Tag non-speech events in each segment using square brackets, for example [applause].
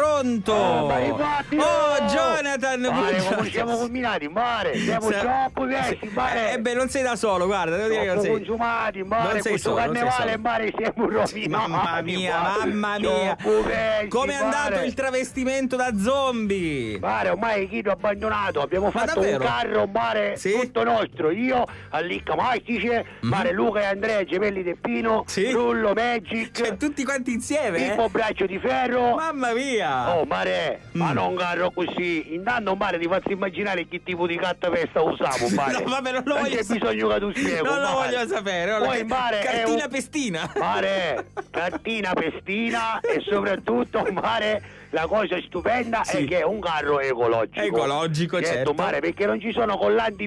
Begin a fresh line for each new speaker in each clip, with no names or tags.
Pronto?
dai,
oh,
fatti, no!
Jonathan!
Mare, ma
buongiorno.
possiamo combinare in mare, siamo
Sa-
troppo vecchi, in mare.
Eh beh, non sei da solo, guarda, devo dire che non
Troppo
sei.
consumati, in
non
mare,
sei
questo
solo, non sei
carnevale,
solo.
in mare siamo rovinati.
Mamma mia,
mare.
mamma mia!
Troppo vecchi,
Come è andato
mare.
il travestimento da zombie?
Mare, ormai Chito abbandonato, abbiamo
Ma
fatto un
davvero?
carro mare
Sì? Mhm.
tutto nostro, io, Allicca Mastice, Mare Luca e Andrea Gemelli Teppino,
Sì?
Rullo Magic,
Cioè, tutti quanti insieme?
Pippo
Eh?
Braccio di Ferro,
Mamma mia!
Oh mare, ma
Ah. Mm.
non carro così, intanto mare ti faccio immaginare che tipo di cattapesta usavo mare.
[laughs] No, vabbè, non lo voglio
c'è
sapere.
bisogno che tu spiego.
Non lo
mare.
voglio sapere. non lo-
Poi mare è
Cartina
un-
pestina.
[laughs] Mare, cartina pestina e soprattutto [laughs] mare, la cosa stupenda
Sì.
è che è un carro ecologico.
Ecologico, certo.
mare, perché non ci sono collanti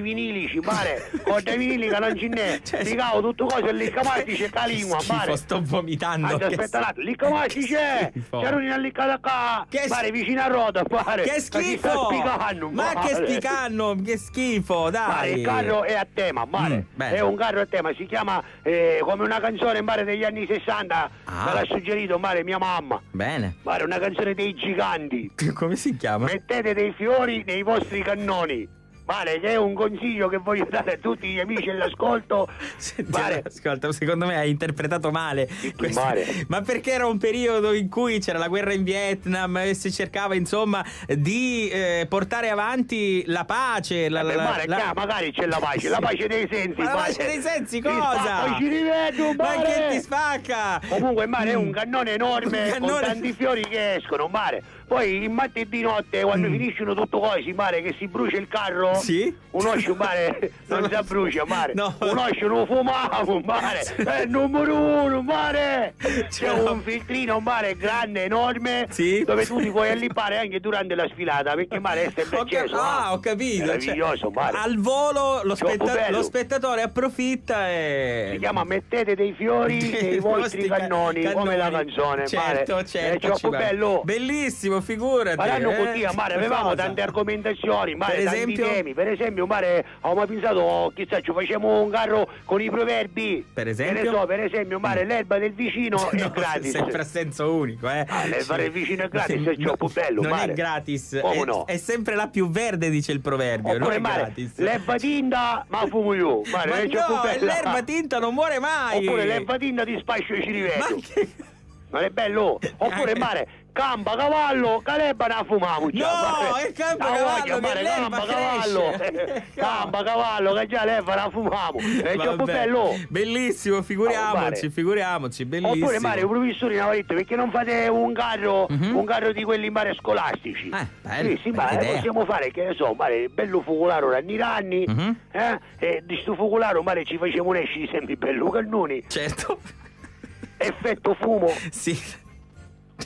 [laughs]
vinilici, mare, con dei vinili che non ci n'è.
Cioè,
Ti cavo tutto cose lì, camarti c'è
Che
calingua,
Cioè, schifo,
mare.
sto vomitando.
Anzi,
che
aspetta un
schifo.
attimo, lì camarti c'è,
Che schifo.
c'è una lì qua,
Che
mare,
schifo.
vicino a Roda, mare.
Che
Ma chi sta
schifo!
spicando,
Ma che
mare?
spicano, che schifo,
Mare,
dai.
il carro è a tema, mare.
Mm, bene.
è un carro a tema, si chiama eh, come una canzone mare degli anni 60,
Ah.
me l'ha suggerito mare mia mamma.
Bene. [laughs]
Mare, una canzone dei giganti.
Come si chiama?
Mettete dei fiori nei vostri cannoni. Mare, che è un consiglio che voglio dare a tutti gli amici all'ascolto.
Senti,
Mare,
ascolta, secondo me hai interpretato male.
Sì, male.
Ma perché era un periodo in cui c'era la guerra in Vietnam e si cercava, insomma, di eh, portare avanti la pace. La, la-
Vabbè,
la-
Eh, mare,
la-
chiaro, magari c'è la pace, la pace dei sensi.
Ma la
mare.
pace dei sensi,
Ti
cosa?
spacco, ci rivedo,
Ma
mare.
che ti spacca?
Comunque mare è
Mm.
un cannone enorme
Un
con
cannone-
tanti fiori che escono, mare. Poi il martedì notte quando finiscono tutto così, mare, che si brucia il carro.
Mm. Sì?
Un oscio, mare, non si brucia, mare.
No.
Un oscio non fumavo, mare. È il numero uno, mare. C'è
no.
un filtrino, mare, grande, enorme,
Sì.
dove tu ti puoi allipare anche durante la sfilata, perché mare
[laughs]
è sempre
Ho cap-
acceso.
ah, ho capito. cioè,
Meraviglioso, mare.
al volo lo,
Troppo
spetta-
bello.
lo spettatore approfitta e.
si chiama Mettete dei fiori nei
[laughs] I
vostri
ca-
cannoni, come la canzone.
certo
mare. Eh,
certo
È troppo
ci va.
bello.
bellissimo figurati
Parlando
eh.
con te, mare, avevamo
Cosa?
tante argomentazioni, mare,
Per
tanti
esempio?
temi. Per esempio, mare, avevamo pensato, oh, chissà, ci facciamo un carro con i proverbi.
Per esempio? Mm.
Che ne so, per esempio, mare, l'erba del vicino è
[laughs] No,
gratis.
sempre a senso unico eh.
Ah, le fare vicino è gratis,
Sì,
è troppo bello,
non
mare.
è gratis
Come
è,
no?
è sempre la più verde dice il proverbio non
Oppure,
è
mare,
gratis
l'erba tinta, ma fumo io. Mare,
ma
è troppo
no
bella.
l'erba tinta non muore mai
Oppure l'erba tinta ti spascio i
ma
ciriveto.
che
Non è bello?
Eh,
Oppure mare, campa cavallo, calebba la fumiamo già,
No,
mare.
è campa
La voglia,
cavallo, che
mare,
l'erba
campa cavallo. Eh,
cresce. Eh,
campa cavallo, che già l'erba la fumiamo. [laughs] È già
Vabbè.
bello.
bellissimo figuriamoci
mare.
figuriamoci bellissimo
Oppure Mario, professore Navaretto, perché non fate un carro,
Mhm.
un carro di quelli in mare scolastici?
Eh, bello,
sì, sì,
bella
ma eh,
idea.
possiamo fare, che ne so, mare, bello focolaro ranni ranni,
Mhm.
eh? E di sto focolaro mare ci facciamo un esci di sempre bello cannoni,
certo [laughs]
effetto fumo,
sì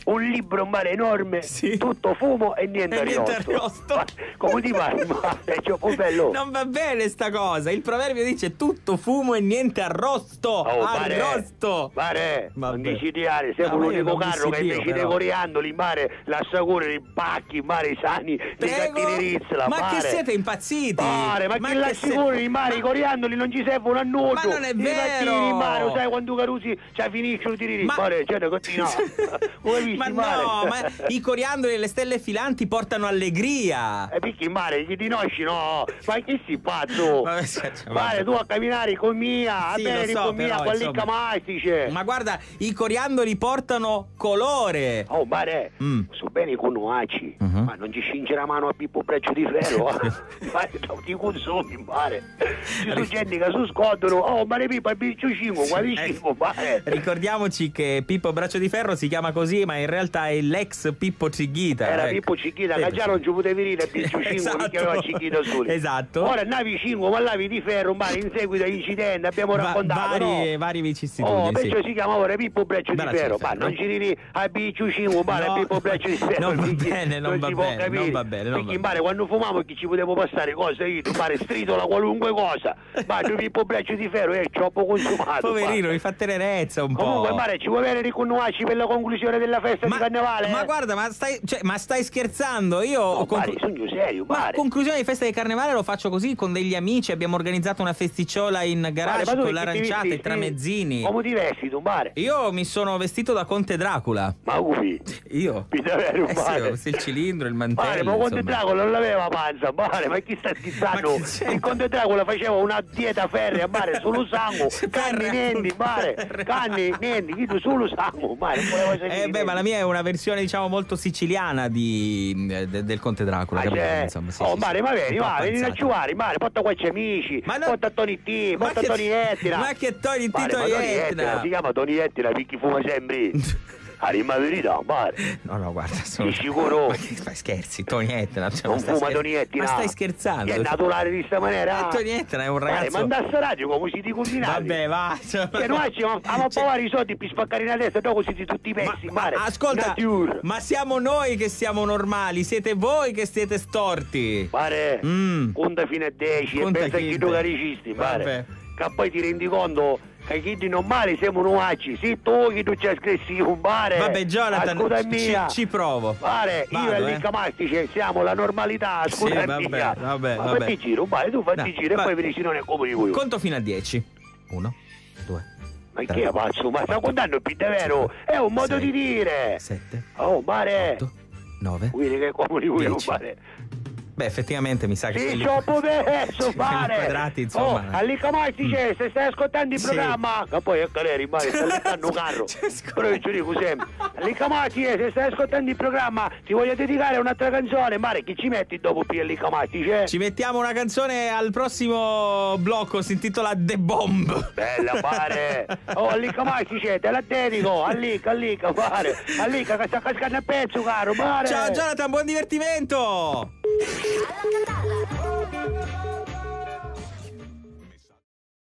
un libro in mare enorme,
Sì.
tutto fumo e niente
E niente
ariosto.
ariosto.
Ma [laughs] Come
[laughs]
ti pare? Ma è troppo bello.
Non va bene sta cosa. Il proverbio dice tutto fumo e niente arrosto.
Oh, mare,
arrosto.
mare, non
Vabbè.
dicidiare,
No,
siamo
ma io
l'unico
non
carro che
dissidio,
invece dei
però.
coriandoli in mare, l'assagure, i bacchi, in mare, i sani, i gattini rizzola,
ma
mare.
che siete impazziti?
Mare, ma, che
che
l'assicuro in mare, i coriandoli non ci servono a
Ma
nulla.
non è
I gattini
vero.
in mare, sai quando carusi ci finisce il tiriri.
Ma-
Mare, c'è una cioè,
[laughs]
continua. Come
se-
visti,
Ma
mare?
no, ma i coriandoli e le stelle filanti portano allegria.
E Eh, picchi in mare, chi ti conosci no? Ma chi si
[laughs]
pazzo?
Vabbè, scherzo,
oh.
vabbè.
Mare, tu a camminare con mia,
Sì,
a bere
lo so,
con mia,
però,
con
insomma.
l'icca mastice.
Ma guarda, i coriandoli portano colore.
Oh, mare,
Mm.
so bene con nuaci,
Mhm.
ma non ci scinge la mano a Pippo Braccio
[laughs]
di Ferro. eh. mare, no, ti consumi, mare. Ci sono gente che si scodono, oh, mare Pippo, è Piccio 5, qua di
Eh,
5, mare.
Ricordiamoci che Pippo Braccio di Ferro si chiama così, ma in realtà è l'ex Pippo Cighita.
Era
ecco.
Pippo Cicchita, che
Pippo
già non ci potevi venire
[laughs]
a Piccio 5
Esatto.
perché aveva Cicchita solo.
Esatto.
Ora navi 5, ma lavi di ferro, mare, in seguito agli incidenti, abbiamo
Va-
raccontato,
vari,
no?
vari vicissitudini.
Oh,
sì.
perciò si chiama ora Pippo Breccio di
Braccio
Ferro,
di
ma
ferro.
non giri a Biccio 5,
No,
ma Pippo Breccio di Ferro.
[laughs] non va
perché
bene, non va
si può
bene, non
capire.
va bene, non va
Perché in
bene.
mare quando fumavo che ci potevo passare cose, io mare stritola qualunque cosa, ma il Pippo Breccio di Ferro è troppo consumato.
Poverino,
ma.
mi fa tenerezza un po'.
Comunque, mare, ci vuoi avere riconnuaci per la conclusione della festa festa di carnevale.
ma
eh?
guarda, ma stai, cioè, ma stai scherzando? Io
No,
ho conclu-
pare, sogno serio,
Ma a
pare.
conclusione di festa di carnevale lo faccio così con degli amici. Abbiamo organizzato una festicciola in
Pare,
garage
ma tu
con
che ti
l'aranciata
visti,
e i
sì?
tramezzini.
Come ti vesti tu, pare?
Io mi sono vestito da Conte Dracula.
Ma
[laughs]
ui,
Io?
[laughs] mi deve
Eh sì,
rubare.
ho visto il cilindro, il
Pare,
mantello.
ma Conte
insomma.
Dracula non l'aveva panza, pare, ma chi sta
Ma
schizzando?
che c'è?
Il Conte Dracula faceva una dieta ferrea, pare, solo
[laughs]
sangue,
Ferrea,
canni, niente,
appunto,
pare,
ferrea.
canni, niente, chi- solo sangue, pare, non voleva sentire
Eh beh, ma la mia è una versione diciamo molto siciliana di- eh, de- del Conte Dracula.
Ah,
capito?
cioè,
Insomma, sì,
oh,
sì,
Mare,
sì.
ma
Un
vieni,
po'
va, vieni a
appanzata.
giocare, Mare, porta qua i tuoi amici,
Ma no-
porta Tony T,
Ma
porta
che-
Tony Ettina.
ma che Tony T,
Mare, ma
Tony Ettina?
si chiama Tony Ettina, picchi fuma
[laughs]
sempre. Arriva verità, Mare.
No, no, guarda, sono...
Di sicuro.
Ma che fai scherzi, Tony Etna. Cioè,
Non
ma stai
fuma
scher-
Tony Ettina.
Ma stai scherzando?
È naturale di sta maniera.
Eh, Tony Etna è un
Mare,
ragazzo...
manda sta radio come si dicono di
Vabbè, va. Cioè,
Che noi ci a
Cioè,
provare i soldi per spaccare la testa, dopo siete tutti pezzi,
ma-
Mare.
ascolta,
Nature.
ma siamo noi che siamo normali, siete voi che siete storti.
Pare,
Mm.
conta fino a 10
Conta
e pensa
chi te.
chi tu caricisti,
Vabbè.
pare. Che poi ti rendi conto che chi di normale siamo nuacci, se tu chi tu c'è scritto un pare.
Vabbè, Jonathan,
Ascolta
ci-
mia.
ci provo.
Pare, io
Vado,
e
eh.
l'Incamastic siamo la normalità, ascolta
Sì, vabbè,
mia.
vabbè,
Ma
vabbè.
fatti giro, pare, tu fatti
No,
giro
va-
e poi finisci non è come di voi.
Conto fino a 10. 1, 2,
ma che è pazzo, ma sta contando più davvero? È un modo
Sei.
di dire.
7,
Oh, mare.
8, 9.
Quindi che è come di voi,
Dieci.
pare.
Beh, effettivamente mi sa che...
oh, Sì,
quelli-
ci
[laughs]
ho messo, pare!
quadrati,
Oh,
insomma. Mm.
all'incamasti c'è, se stai ascoltando il
Sì.
programma... Che poi ecco lei rimane, sta leccando un carro.
Cioè, scusa.
Però io ci dico sempre, all'incamasti c'è, se stai ascoltando il programma, ti voglio dedicare un'altra canzone, mare, chi ci metti dopo qui all'incamasti c'è?
Ci mettiamo una canzone al prossimo blocco, si intitola The Bomb.
Bella,
[laughs]
pare! Oh, all'incamasti c'è, te la dedico, allica, allica, pare! Allica, che sta cascando a pezzo, caro, pare!
Ciao Jonathan, buon divertimento!
alla cantante